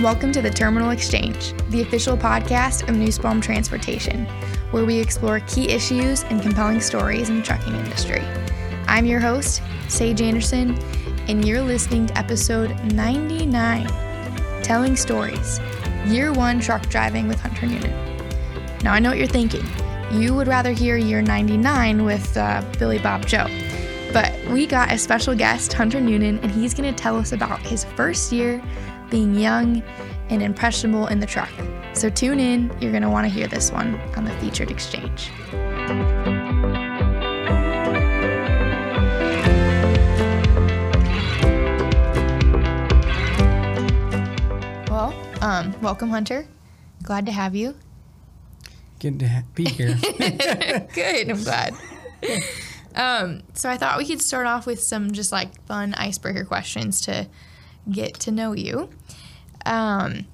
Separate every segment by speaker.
Speaker 1: Welcome to the Terminal Exchange, the official podcast of Newsbalm Transportation, where we explore key issues and compelling stories in the trucking industry. I'm your host, Sage Anderson, and you're listening to episode 99 Telling Stories Year One Truck Driving with Hunter Noonan. Now, I know what you're thinking. You would rather hear year 99 with uh, Billy Bob Joe. But we got a special guest, Hunter Noonan, and he's going to tell us about his first year being young and impressionable in the truck. So tune in, you're going to want to hear this one on the featured exchange. Well, um, welcome, Hunter. Glad to have you.
Speaker 2: Good to ha- be here.
Speaker 1: Good, I'm glad. um, so I thought we could start off with some just like fun icebreaker questions to get to know you. Um,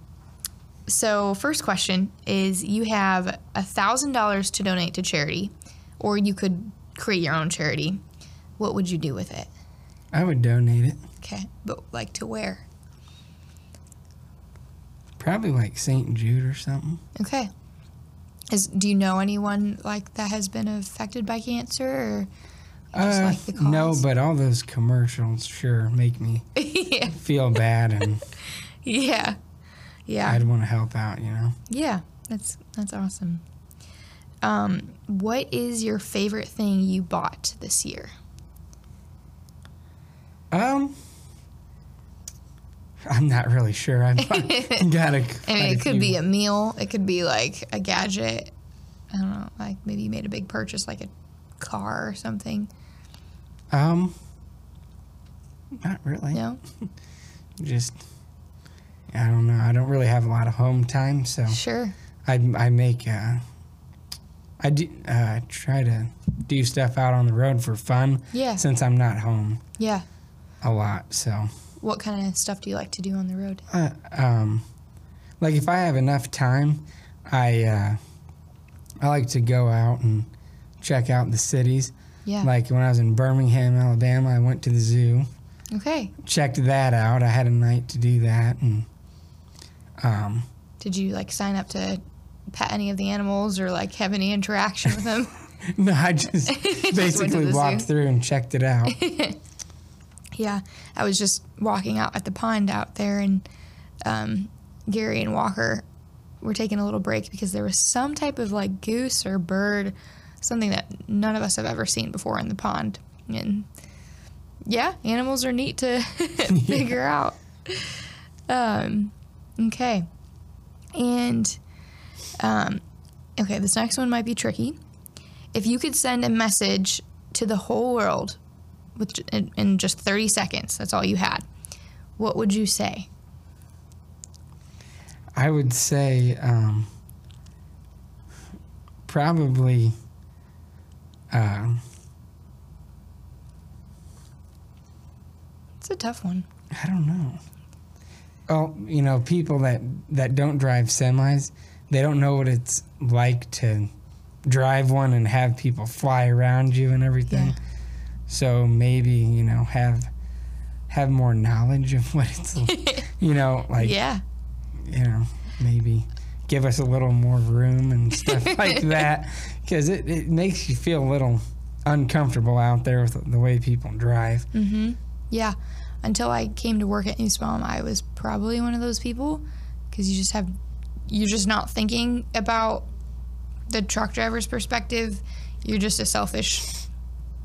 Speaker 1: so first question is you have a thousand dollars to donate to charity, or you could create your own charity. What would you do with it?
Speaker 2: I would donate it.
Speaker 1: Okay, but like to where?
Speaker 2: Probably like St. Jude or something.
Speaker 1: Okay. Is, do you know anyone like that has been affected by cancer or just
Speaker 2: Uh,
Speaker 1: like the cause?
Speaker 2: no, but all those commercials sure make me
Speaker 1: yeah.
Speaker 2: feel bad and
Speaker 1: Yeah. Yeah.
Speaker 2: I'd want to help out, you know.
Speaker 1: Yeah, that's that's awesome. Um, what is your favorite thing you bought this year?
Speaker 2: Um, I'm not really sure. I've got a.
Speaker 1: I mean, it could be a meal. It could be like a gadget. I don't know. Like maybe you made a big purchase, like a car or something.
Speaker 2: Um, not really.
Speaker 1: No.
Speaker 2: Just, I don't know. I don't really have a lot of home time, so.
Speaker 1: Sure.
Speaker 2: I, I make uh, I do uh, try to do stuff out on the road for fun.
Speaker 1: Yeah.
Speaker 2: Since I'm not home
Speaker 1: Yeah.
Speaker 2: a lot, so
Speaker 1: What kind of stuff do you like to do on the road?
Speaker 2: uh, um, like if I have enough time, I uh, I like to go out and check out the cities.
Speaker 1: Yeah.
Speaker 2: Like when I was in Birmingham, Alabama, I went to the zoo,
Speaker 1: okay.
Speaker 2: checked that out. I had a night to do that, and um,
Speaker 1: Did you like sign up to pet any of the animals or like have any interaction with them?
Speaker 2: no, I just
Speaker 1: to
Speaker 2: basically
Speaker 1: the zoo.
Speaker 2: walked through and checked it out.
Speaker 1: Yeah, I was just walking out at the pond out there, and um, Gary and Walker were taking a little break because there was some type of like goose or bird, something that none of us have ever seen before in the pond. And yeah, animals are neat to figure out. Um, okay. And um, okay, this next one might be tricky. If you could send a message to the whole world with j- in, in just 30 seconds, that's all you had, what would you say?
Speaker 2: I would say um, probably. um
Speaker 1: It's a tough one.
Speaker 2: I don't know. Oh, you know, people that that don't drive semis, they don't know what it's like to drive one and have people fly around you and everything.
Speaker 1: Yeah.
Speaker 2: So maybe you know have have more knowledge of what it's like. you know like
Speaker 1: yeah.
Speaker 2: you know, maybe give us a little more room and stuff like that because it, it makes you feel a little uncomfortable out there with the way people drive.
Speaker 1: Yeah. Until I came to work at Newsbaum, I was probably one of those people because you just have, you're just not thinking about the truck driver's perspective. You're just a selfish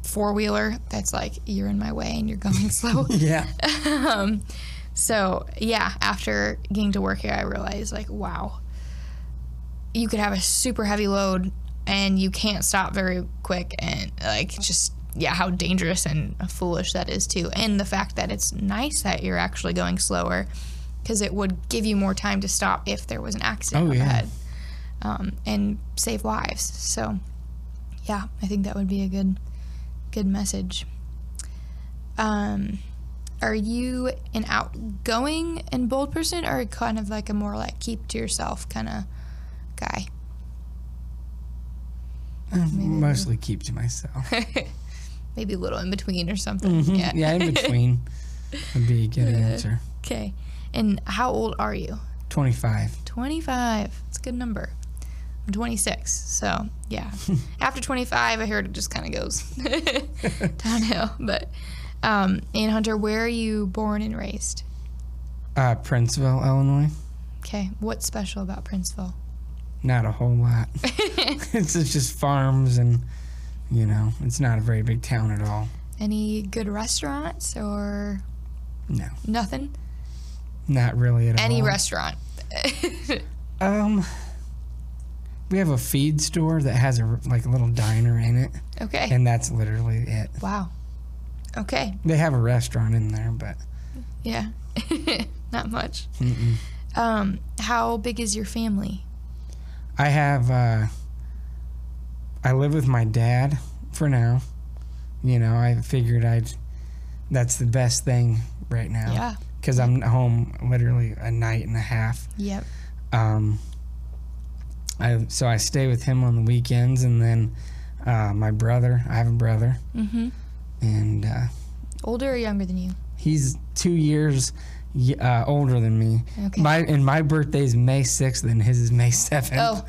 Speaker 1: four wheeler that's like, you're in my way and you're going slow.
Speaker 2: Yeah.
Speaker 1: So yeah, after getting to work here, I realized like, wow, you could have a super heavy load and you can't stop very quick, and like just yeah, how dangerous and foolish that is too. And the fact that it's nice that you're actually going slower because it would give you more time to stop if there was an accident
Speaker 2: Oh, yeah.
Speaker 1: ahead, um, and save lives. So yeah, I think that would be a good good message. Um. Are you an outgoing and bold person, or kind of like a more like keep to yourself kind of guy?
Speaker 2: mostly keep to myself.
Speaker 1: Maybe a little in between or something. Yeah.
Speaker 2: Mm-hmm. yeah, in between would be a good answer.
Speaker 1: okay. And how old are you?
Speaker 2: 25.
Speaker 1: 25. It's a good number. I'm 26. So, yeah. After 25, I heard it just kind of goes downhill. But, um, and Hunter, where are you born and raised?
Speaker 2: Uh, Princeville, Illinois.
Speaker 1: Okay. What's special about Princeville?
Speaker 2: Not a whole lot. it's it's just farms and, you know, it's not a very big town at all.
Speaker 1: Any good restaurants or
Speaker 2: No,
Speaker 1: nothing?
Speaker 2: not really at all.
Speaker 1: Any restaurant.
Speaker 2: Um, we have a feed store that has a like a little diner in it,
Speaker 1: okay.
Speaker 2: and that's literally it.
Speaker 1: wow. Okay.
Speaker 2: They have a restaurant in there, but
Speaker 1: Yeah. Not much. Um, how big is your family?
Speaker 2: I have uh, I live with my dad for now. You know, I figured I'd that's the best thing right now.
Speaker 1: Yeah.
Speaker 2: Because I'm home literally a night and a half.
Speaker 1: Yep.
Speaker 2: Um, I so I stay with him on the weekends, and then uh, my brother. I have a brother,
Speaker 1: Mhm.
Speaker 2: and uh,
Speaker 1: Older or younger than you?
Speaker 2: he's two years y- uh, older than me.
Speaker 1: Okay.
Speaker 2: My and my birthday's May sixth, and his is May seventh.
Speaker 1: Oh,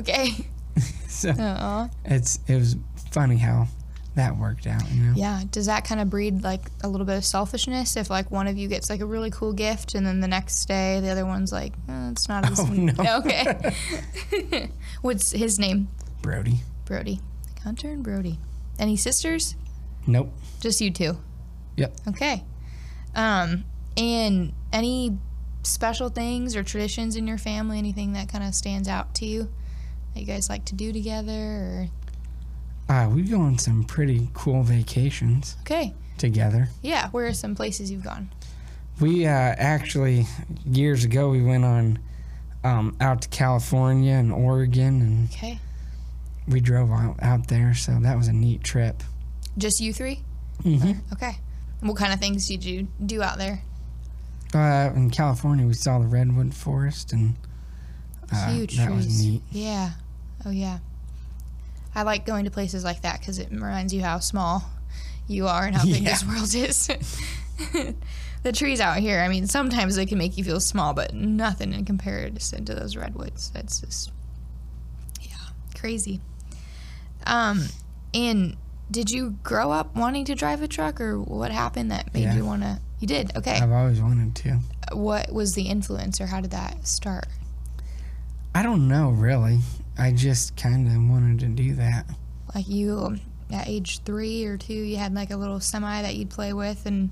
Speaker 1: okay.
Speaker 2: so
Speaker 1: Uh-uh.
Speaker 2: it's it was funny how that worked out. You know,
Speaker 1: Yeah. Does that kind of breed like a little bit of selfishness if like one of you gets like a really cool gift and then the next day the other one's like, uh it's not as
Speaker 2: Oh, no.
Speaker 1: Okay. What's his name?
Speaker 2: Brody.
Speaker 1: Brody. Hunter and Brody. Any sisters?
Speaker 2: Nope.
Speaker 1: Just you two.
Speaker 2: Yep.
Speaker 1: Okay. Um, and any special things or traditions in your family? Anything that kind of stands out to you that you guys like to do together? Or
Speaker 2: Uh, we go on some pretty cool vacations
Speaker 1: okay,
Speaker 2: together.
Speaker 1: yeah. Where are some places you've gone?
Speaker 2: We uh, actually years ago we went on um, out to California and Oregon, and
Speaker 1: Okay,
Speaker 2: we drove out, out there. So that was a neat trip.
Speaker 1: just you three.
Speaker 2: Mm-hmm.
Speaker 1: Okay. And what kind of things did you do out there?
Speaker 2: Uh, in California, we saw the redwood forest, and uh,
Speaker 1: Huge
Speaker 2: that
Speaker 1: trees.
Speaker 2: was neat.
Speaker 1: Yeah. Oh yeah. I like going to places like that because it reminds you how small you are and how big this
Speaker 2: Yeah.
Speaker 1: world is. the trees out here, I mean, sometimes they can make you feel small, but nothing in comparison to those redwoods. That's just, yeah, crazy. Um, and did you grow up wanting to drive a truck, or what happened that made
Speaker 2: Yeah.
Speaker 1: you want to? You did. Okay.
Speaker 2: I've always wanted to.
Speaker 1: what was the influence, or how did that start?
Speaker 2: I don't know really. I just kind of wanted to do that.
Speaker 1: like you at age three or two you had like a little semi that you'd play with and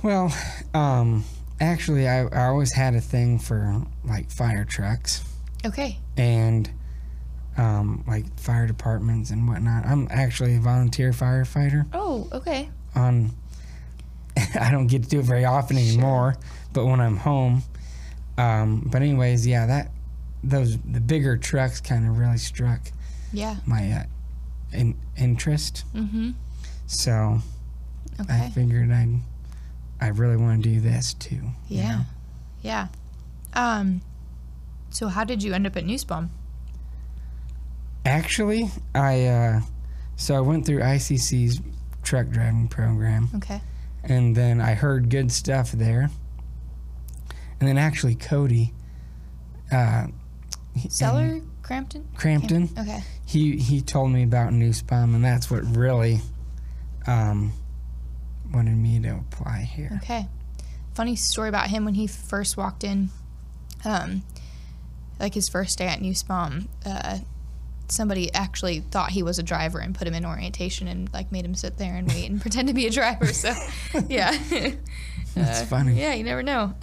Speaker 2: Well, um, actually, I, I always had a thing for like fire trucks
Speaker 1: okay
Speaker 2: and um, like fire departments and whatnot. I'm actually a volunteer firefighter.
Speaker 1: oh okay
Speaker 2: On I don't get to do it very often anymore, but when I'm home. Um, but anyways, yeah, that those the bigger trucks kind of really struck
Speaker 1: yeah
Speaker 2: my uh, in, interest.
Speaker 1: mm-hmm
Speaker 2: So I
Speaker 1: okay
Speaker 2: figured I'd I really want to do this too. you
Speaker 1: yeah
Speaker 2: know?
Speaker 1: yeah um so how did you end up at Newsbaum?
Speaker 2: Actually, I uh, so I went through ICC's truck driving program,
Speaker 1: okay
Speaker 2: and then I heard good stuff there. And then actually, Cody uh, he- in
Speaker 1: Seller Crampton
Speaker 2: Crampton,
Speaker 1: okay
Speaker 2: he he told me about Newspom, and that's what really um, wanted me to apply here.
Speaker 1: Okay. Funny story about him when he first walked in, um, like his first day at New Spam, uh, somebody actually thought he was a driver and put him in orientation and like made him sit there and wait and pretend to be a driver. So, yeah.
Speaker 2: That's
Speaker 1: Uh,
Speaker 2: funny.
Speaker 1: Yeah, you never know.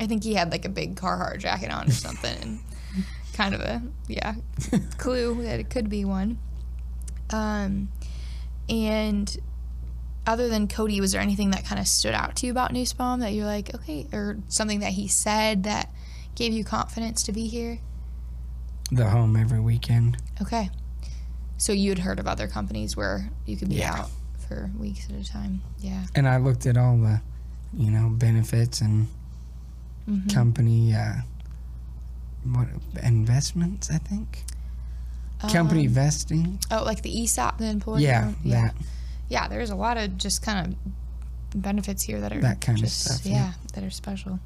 Speaker 1: I think he had like a big Carhartt jacket on or something, and kind of a yeah clue that it could be one. Um, and other than Cody, was there anything that kind of stood out to you about Newsbaum that you're like, okay, or something that he said that gave you confidence to be here?
Speaker 2: The home every weekend.
Speaker 1: Okay. So you had heard of other companies where you could be
Speaker 2: Yeah.
Speaker 1: out for weeks at a time. Yeah.
Speaker 2: and I looked at all the, you know, benefits and
Speaker 1: Mm-hmm.
Speaker 2: company uh, what investments. I think Company vesting.
Speaker 1: Mm-hmm. Oh, like the ESOP, the employee.
Speaker 2: Yeah,
Speaker 1: loan? yeah,
Speaker 2: that.
Speaker 1: yeah. There's a lot of just kind of benefits here that are
Speaker 2: That kind of
Speaker 1: just,
Speaker 2: stuff,
Speaker 1: Yeah,
Speaker 2: yeah.
Speaker 1: that are special.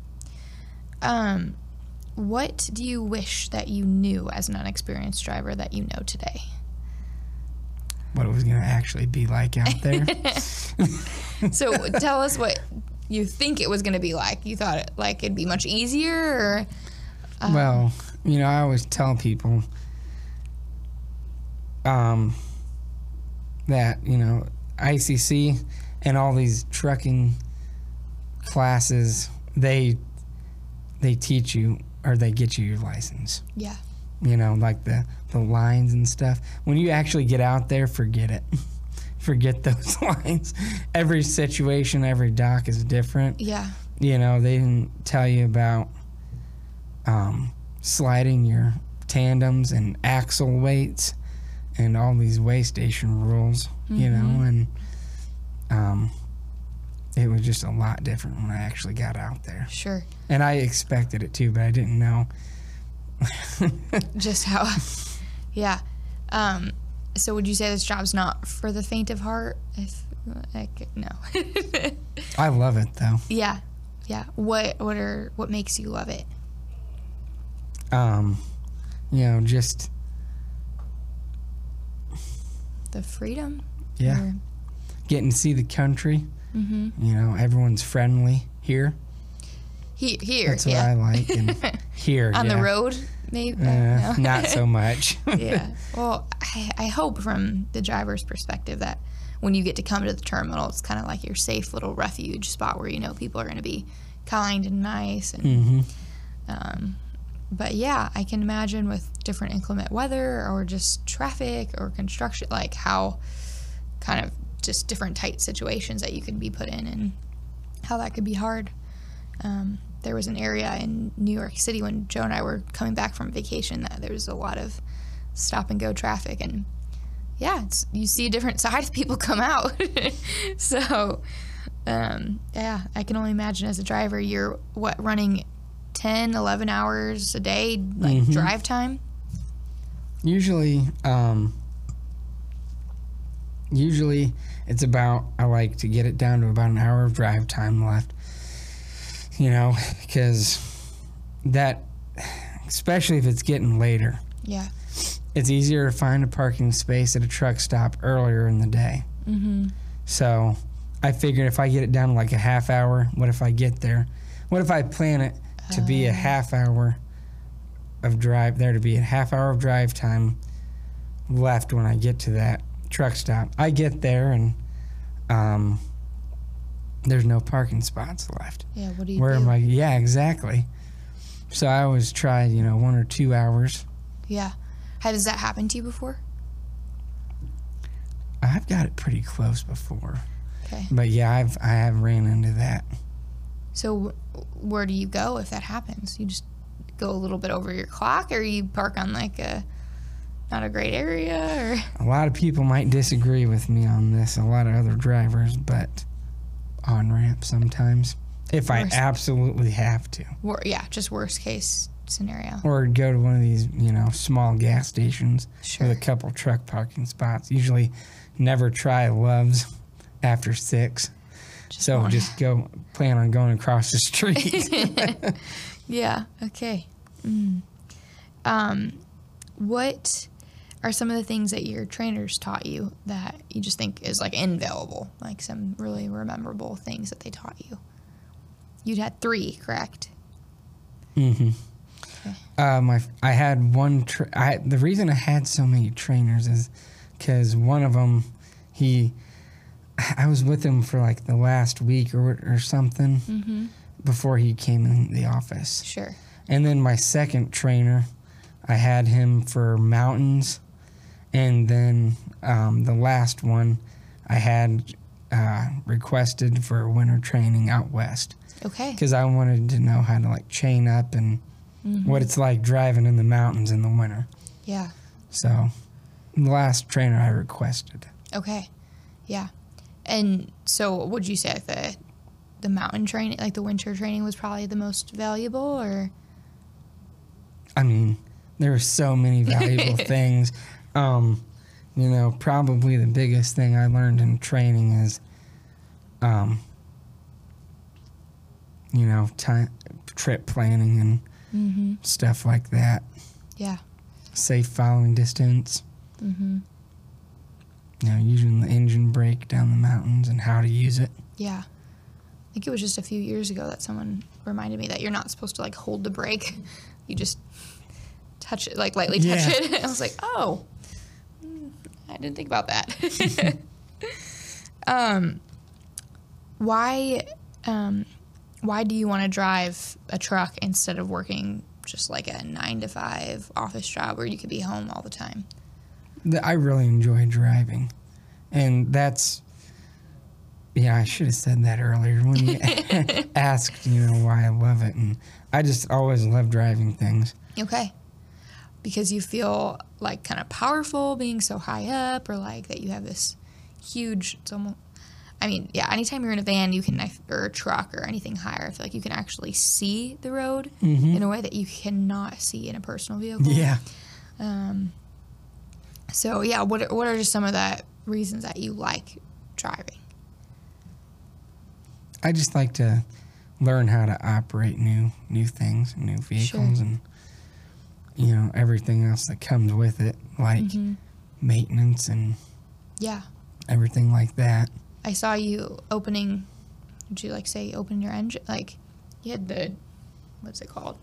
Speaker 1: Um, what do you wish that you knew as an unexperienced driver that you know today?
Speaker 2: What it was gonna actually be like out there.
Speaker 1: So tell us what you think it was going to be like. You thought it like it'd be much easier, or uh,
Speaker 2: well, you know, I always tell people um, that, you know, ICC and all these trucking classes, they they teach you or they get you your license.
Speaker 1: yeah,
Speaker 2: You know, like the the lines and stuff. When you actually get out there, forget it. forget those lines. Every situation, every dock is different
Speaker 1: yeah,
Speaker 2: you know, they didn't tell you about um, sliding your tandems and axle weights and all these way station rules, you know, and um, it was just a lot different when I actually got out there.
Speaker 1: sure.
Speaker 2: And I expected it too, but I didn't know.
Speaker 1: Just how, yeah. Um, so would you say this job's not for the faint of heart? If like no,
Speaker 2: I love it though.
Speaker 1: yeah, yeah. What what are what makes you love it?
Speaker 2: Um, you know, just,
Speaker 1: The freedom.
Speaker 2: yeah,
Speaker 1: or- Mm. mm-hmm.
Speaker 2: getting to see the country. You know, everyone's friendly here.
Speaker 1: He, here,
Speaker 2: That's what
Speaker 1: yeah.
Speaker 2: I like. And here,
Speaker 1: On
Speaker 2: yeah.
Speaker 1: the road, maybe. no.
Speaker 2: Uh, not so much.
Speaker 1: yeah. Well, I, I hope from the driver's perspective that when you get to come to the terminal, it's kind of like your safe little refuge spot where you know people are going to be kind and nice. And,
Speaker 2: Mm-hmm.
Speaker 1: um, but yeah, I can imagine with different inclement weather or just traffic or construction, like how kind of just different tight situations that you could be put in and how that could be hard. Um, there was an area in New York City when Joe and I were coming back from vacation that there was a lot of stop and go traffic and yeah it's, you see a different side of people come out so um, yeah i can only imagine as a driver you're what running 10 11 hours a day like
Speaker 2: Mhm.
Speaker 1: drive time
Speaker 2: Usually, um, usually it's about I like to get it down to about an hour of drive time left. You know, because that, especially if it's getting later,
Speaker 1: yeah
Speaker 2: it's easier to find a parking space at a truck stop earlier in the day.
Speaker 1: mm-hmm.
Speaker 2: So I figured if I get it down to like a half hour, what if I get there? What if I plan it to be a
Speaker 1: Uh.
Speaker 2: half hour of drive there to be a half hour of drive time left when I get to that truck stop? I get there and um, there's no parking spots left.
Speaker 1: yeah what do you
Speaker 2: Where
Speaker 1: do
Speaker 2: am I? Yeah, exactly. So I always try, you know, one or two hours.
Speaker 1: yeah has that happened to you before
Speaker 2: I've got it pretty close before,
Speaker 1: okay
Speaker 2: but yeah, I've I have ran into that.
Speaker 1: so wh- where do you go if that happens you just go a little bit over your clock or you park on like a not a great area or
Speaker 2: A lot of people might disagree with me on this, a lot of other drivers, but on ramp sometimes. If I
Speaker 1: Worst.
Speaker 2: absolutely have to.
Speaker 1: Wor- yeah, just worst case scenario.
Speaker 2: Or go to one of these, you know, small gas stations
Speaker 1: Sure.
Speaker 2: with a couple truck parking spots. Usually never try loves after six. so
Speaker 1: one.
Speaker 2: just go plan on going across the street.
Speaker 1: Yeah. Okay. Mm. Um, what are some of the things that your trainers taught you that you just think is like invaluable, like some really memorable things that they taught you? You'd had three, correct?
Speaker 2: Uh, my, I had one. Tra- I the reason I had so many trainers is because one of them, he, I was with him for like the last week or or something before he came in the office,
Speaker 1: Sure.
Speaker 2: and then my second trainer, I had him for mountains, and then um, the last one, I had uh, requested for winter training out west
Speaker 1: Okay.
Speaker 2: because I wanted to know how to like chain up and what it's like driving in the mountains in the winter.
Speaker 1: Yeah.
Speaker 2: So, the last trainer I requested,
Speaker 1: Okay. Yeah. And so, would you say like the the mountain training, like the winter training, was probably the most valuable, or
Speaker 2: I mean, there were so many valuable things. Um, you know, probably the biggest thing I learned in training is, um, you know, time, trip planning and
Speaker 1: Mm-hmm.
Speaker 2: stuff like that.
Speaker 1: Yeah.
Speaker 2: Safe following distance.
Speaker 1: Mm-hmm.
Speaker 2: You know, using the engine brake down the mountains and how to use it.
Speaker 1: Yeah. I think it was just a few years ago that someone reminded me that you're not supposed to like hold the brake. You just touch it, like lightly touch
Speaker 2: Yeah.
Speaker 1: it. I was like, oh, Mm, I didn't think about that. um, why, um, why do you want to drive a truck instead of working just like a nine to five office job where you could be home all the time?
Speaker 2: Th- I really enjoy driving, and that's. Yeah, I should have said that earlier when you asked, you know, why I love it. And I just always love driving things.
Speaker 1: Okay. Because you feel like kind of powerful being so high up, or like that you have this huge. It's almost. I mean, yeah. Anytime you're in a van, you can, I f- or a truck, or anything higher. I feel like you can actually see the road
Speaker 2: Mhm.
Speaker 1: in a way that you cannot see in a personal vehicle.
Speaker 2: Yeah.
Speaker 1: Um. So yeah, what are- what are just some of the reasons that you like driving?
Speaker 2: I just like to learn how to operate new new things, new vehicles, and you know everything else that comes with it, like
Speaker 1: Mm-hmm.
Speaker 2: maintenance and
Speaker 1: Yeah,
Speaker 2: everything like that.
Speaker 1: I saw you opening. Would you like say open your engine? Like you had the what's it called?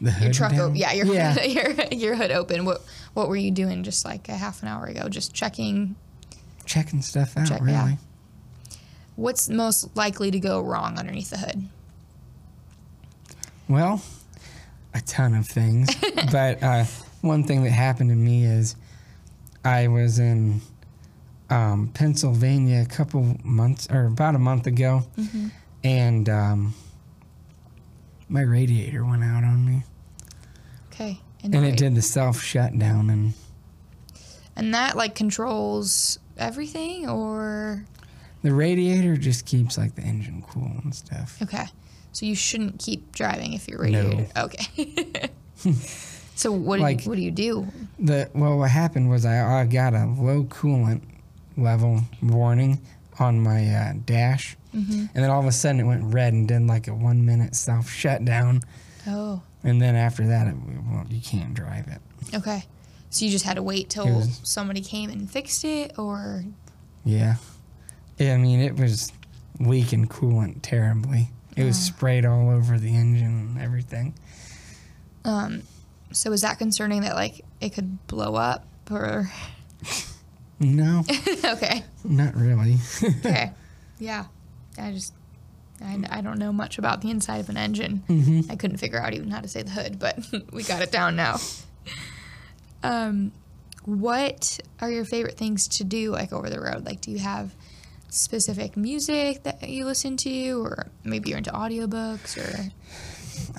Speaker 2: The
Speaker 1: your
Speaker 2: hood
Speaker 1: truck
Speaker 2: down.
Speaker 1: open. Yeah, your,
Speaker 2: yeah.
Speaker 1: your your hood open. What what were you doing just like a half an hour ago? Just checking
Speaker 2: checking stuff out
Speaker 1: Check-
Speaker 2: really.
Speaker 1: yeah. what's most likely to go wrong underneath the hood.
Speaker 2: Well, a ton of things, but uh, one thing that happened to me is I was in um, Pennsylvania a couple months or about a month ago,
Speaker 1: Mm-hmm.
Speaker 2: and um, my radiator went out on me,
Speaker 1: Okay.
Speaker 2: and it did the self shutdown, and
Speaker 1: And that like controls everything or
Speaker 2: the radiator just keeps like the engine cool and stuff.
Speaker 1: okay. So you shouldn't keep driving if you're radiated. Okay. so what do
Speaker 2: Like-
Speaker 1: you, what do you do?
Speaker 2: The well, what happened was I, I got a low coolant level warning on my uh, dash, and then all of a sudden it went red and did like a one minute self shutdown,
Speaker 1: Oh,
Speaker 2: and then after that, it, well, you can't drive it.
Speaker 1: okay. So you just had to wait till
Speaker 2: was-
Speaker 1: somebody came and fixed it or
Speaker 2: Yeah, yeah I mean it was weak and coolant terribly. It was sprayed all over the engine and everything.
Speaker 1: um, so is that concerning that like it could blow up or
Speaker 2: No,
Speaker 1: okay.
Speaker 2: not really.
Speaker 1: okay. Yeah. I just, I, I don't know much about the inside of an engine. I couldn't figure out even how to say the hood, but we got it down now. Um, what are your favorite things to do like over the road? Like, do you have specific music that you listen to, or maybe you're into audiobooks, or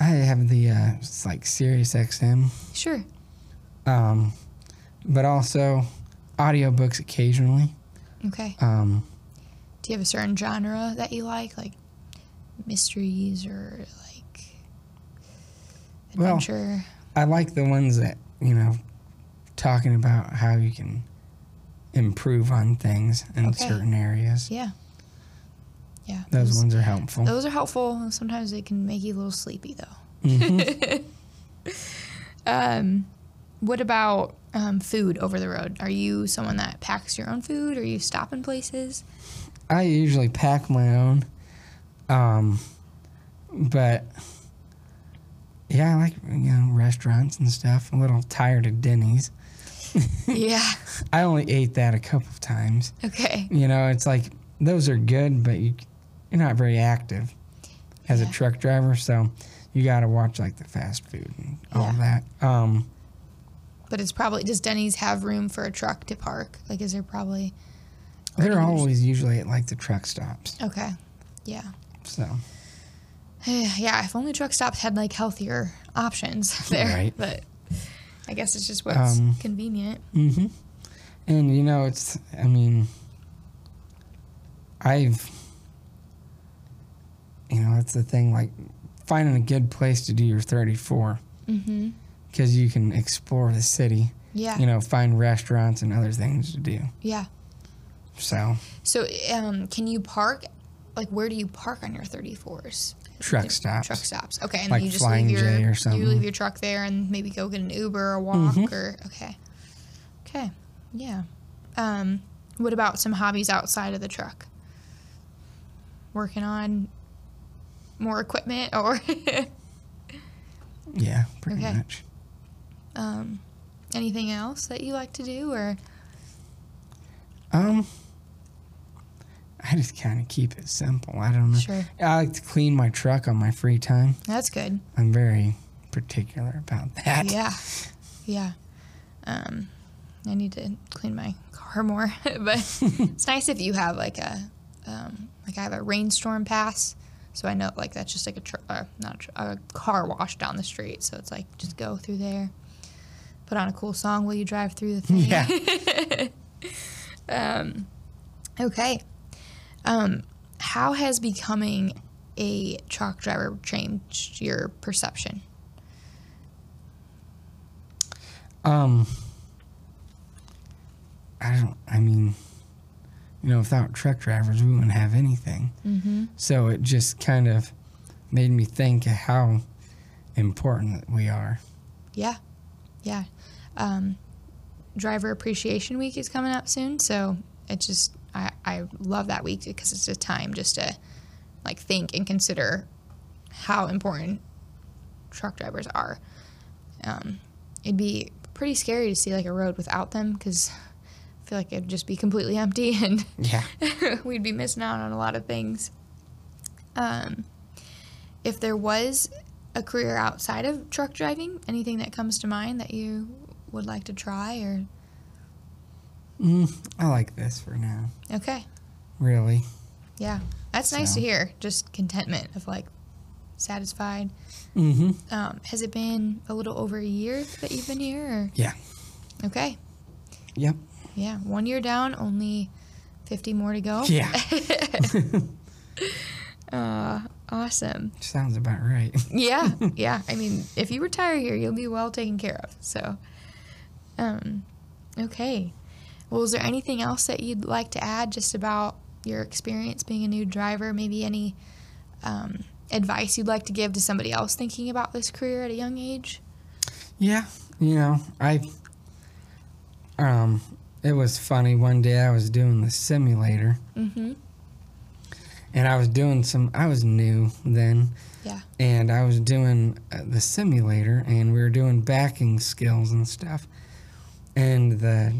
Speaker 2: I have the uh, it's like Sirius XM.
Speaker 1: sure,
Speaker 2: um, but also audiobooks occasionally.
Speaker 1: okay.
Speaker 2: Um,
Speaker 1: Do you have a certain genre that you like, like mysteries or like
Speaker 2: Well,
Speaker 1: adventure?
Speaker 2: I like the ones that you know talking about how you can improve on things in
Speaker 1: Okay.
Speaker 2: certain areas.
Speaker 1: yeah, yeah.
Speaker 2: Those
Speaker 1: those-
Speaker 2: ones are helpful.
Speaker 1: Those are helpful. Sometimes they can make you a little sleepy, though.
Speaker 2: Mhm.
Speaker 1: Um, what about um, food over the road? Are you someone that packs your own food? Or you stop in places?
Speaker 2: I usually pack my own, um, but yeah, I like you know restaurants and stuff. A little tired of Denny's.
Speaker 1: yeah.
Speaker 2: I only ate that a couple of times.
Speaker 1: Okay.
Speaker 2: you know it's like those are good but you, you're not very active as
Speaker 1: Yeah.
Speaker 2: a truck driver so you got to watch like the fast food and all
Speaker 1: Yeah.
Speaker 2: that um
Speaker 1: But it's probably does Denny's have room for a truck to park? Like, is there probably
Speaker 2: they're
Speaker 1: Right.
Speaker 2: always usually at like the truck stops
Speaker 1: okay? Yeah.
Speaker 2: so
Speaker 1: Yeah. If only truck stops had like healthier options there,
Speaker 2: Right.
Speaker 1: but I guess it's just what's
Speaker 2: Um,
Speaker 1: convenient.
Speaker 2: hmm and you know it's i mean i've you know that's the thing like finding a good place to do your 34
Speaker 1: Mm-hmm.
Speaker 2: because you can explore the city
Speaker 1: Yeah.
Speaker 2: you know, find restaurants and other things to do.
Speaker 1: Yeah.
Speaker 2: So
Speaker 1: So, um, can you park? Like, where do you park on your 34s?
Speaker 2: truck
Speaker 1: Like,
Speaker 2: stops.
Speaker 1: Truck stops. Okay, and
Speaker 2: Like
Speaker 1: then you just
Speaker 2: Flying
Speaker 1: leave your
Speaker 2: J or
Speaker 1: you
Speaker 2: something. Mm-hmm.
Speaker 1: leave your truck there and maybe go get an Uber or walk or okay, okay, yeah. Um, what about some hobbies outside of the truck? Working on more equipment or
Speaker 2: Yeah, pretty
Speaker 1: Okay.
Speaker 2: much.
Speaker 1: um, anything else that you like to do or
Speaker 2: Um, I just kind of keep it simple. I don't know.
Speaker 1: Sure.
Speaker 2: I like to clean my truck on my free time.
Speaker 1: that's good.
Speaker 2: I'm very particular about that.
Speaker 1: Yeah, yeah. Um, I need to clean my car more, but it's nice if you have like a um, like I have a rainstorm pass, so I know like that's just like a tr- uh, not a, tr- a car wash down the street. So it's like just go through there, put on a cool song while you drive through the thing. Um,
Speaker 2: Yeah.
Speaker 1: Okay. Um, how has becoming a truck driver changed your perception?
Speaker 2: Um, I don't. I mean, you know, without truck drivers, we wouldn't have anything. Mm-hmm. So it just kind of made me think of how important we are.
Speaker 1: Yeah, yeah. Um, Driver Appreciation Week is coming up soon, so it's just I, I love that week because it's a time just to like think and consider how important truck drivers are. Um, it'd be pretty scary to see like a road without them because I feel like it'd just be completely empty and
Speaker 2: Yeah.
Speaker 1: we'd be missing out on a lot of things. Um, if there was a career outside of truck driving, anything that comes to mind that you would like to try or
Speaker 2: Mm, I like this for now.
Speaker 1: okay,
Speaker 2: Really.
Speaker 1: yeah, that's nice to
Speaker 2: So-
Speaker 1: hear. Just contentment of like satisfied.
Speaker 2: Mm-hmm.
Speaker 1: Um, has it been a little over a year that you've been here? Or?
Speaker 2: Yeah.
Speaker 1: Okay,
Speaker 2: Yep.
Speaker 1: yeah, one year down, only fifty more to go.
Speaker 2: Yeah.
Speaker 1: Uh, awesome.
Speaker 2: Sounds about right.
Speaker 1: Yeah, yeah. I mean, if you retire here, you'll be well taken care of. So, um, okay. Well, is there anything else that you'd like to add just about your experience being a new driver? Maybe any um, advice you'd like to give to somebody else thinking about this career at a young age?
Speaker 2: Yeah, you know, I um it was funny one day I was doing the simulator.
Speaker 1: Mhm.
Speaker 2: And I was doing some I was new then
Speaker 1: Yeah.
Speaker 2: and I was doing uh, the simulator and we were doing backing skills and stuff. And the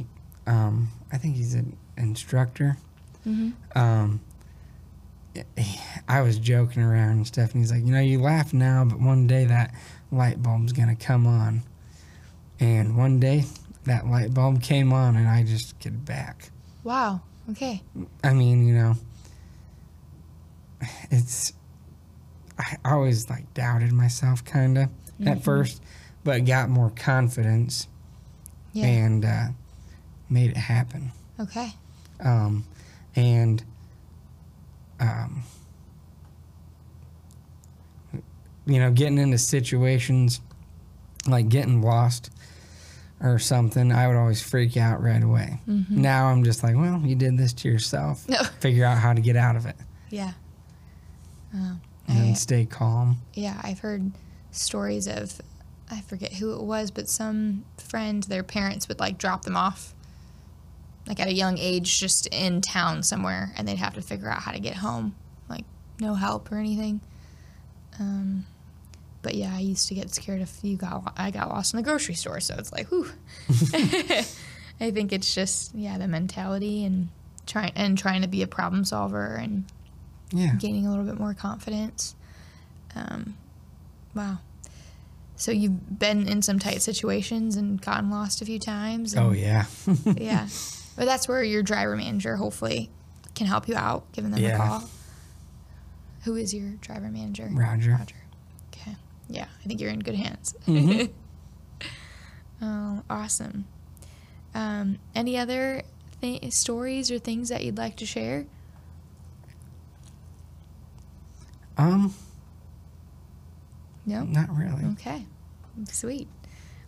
Speaker 2: um I think he's an instructor.
Speaker 1: Mhm.
Speaker 2: Um I was joking around and stuff, and he's like, "You know, you laugh now, but one day that light bulb's gonna come on." And one day, that light bulb came on, and I just get back.
Speaker 1: Wow. Okay.
Speaker 2: I mean, you know, it's. I always like doubted myself, kinda at first, but got more confidence
Speaker 1: Yeah.
Speaker 2: and uh, made it happen.
Speaker 1: Okay.
Speaker 2: um, and um, you know getting into situations like getting lost or something i would always freak out right away now i'm just like well you did this to yourself
Speaker 1: Mm-hmm. No.
Speaker 2: figure out how to get out of it
Speaker 1: Yeah. Oh,
Speaker 2: and
Speaker 1: I-
Speaker 2: stay calm
Speaker 1: yeah, I've heard stories of I forget who it was, but some friend, their parents would like drop them off like at a young age just in town somewhere and they'd have to figure out how to get home. Like no help or anything. Um but yeah, I used to get scared if you got lo- I got lost in the grocery store, so it's like, whew. I think it's just yeah, the mentality and trying and trying to be a problem solver and
Speaker 2: yeah
Speaker 1: gaining a little bit more confidence. Um, wow. So you've been in some tight situations and gotten lost a few times.
Speaker 2: oh
Speaker 1: and-
Speaker 2: yeah
Speaker 1: yeah. But that's where your driver manager hopefully can help you out, giving them a
Speaker 2: Yeah.
Speaker 1: call. Who is your driver manager?
Speaker 2: roger
Speaker 1: Roger. Okay. Yeah, I think you're in good hands.
Speaker 2: Mhm.
Speaker 1: oh, awesome. Um, any other th- stories or things that you'd like to share?
Speaker 2: um
Speaker 1: No.
Speaker 2: not really
Speaker 1: Mm-hmm. Okay, sweet.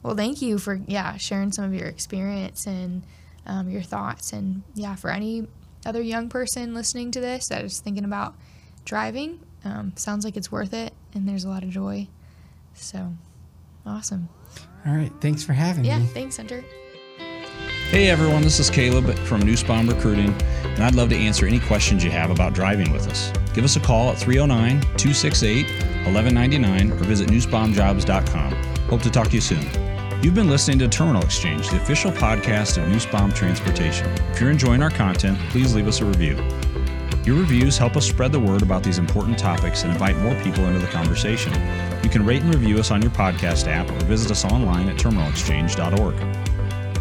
Speaker 1: Well, thank you for yeah sharing some of your experience and um, your thoughts, and yeah, for any other young person listening to this that is thinking about driving, um, sounds like it's worth it, and there's a lot of joy. So, awesome.
Speaker 2: All right. Thanks for having
Speaker 1: Yeah,
Speaker 2: me.
Speaker 1: thanks, Hunter.
Speaker 3: Hey everyone, this is Caleb from Newsbaum Recruiting, and I'd love to answer any questions you have about driving with us. Give us a call at 309 268 1199 or visit newsbombjobs.com. Hope to talk to you soon. You've been listening to Terminal Exchange, the official podcast of Newsbomb Transportation. If you're enjoying our content, please leave us a review. Your reviews help us spread the word about these important topics and invite more people into the conversation. You can rate and review us on your podcast app or visit us online at terminalexchange.org.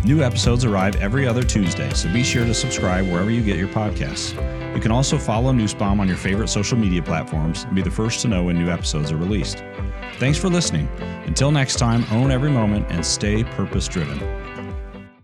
Speaker 3: New episodes arrive every other Tuesday, so be sure to subscribe wherever you get your podcasts. You can also follow Newsbomb on your favorite social media platforms and be the first to know when new episodes are released. Thanks for listening. Until next time, own every moment and stay purpose driven.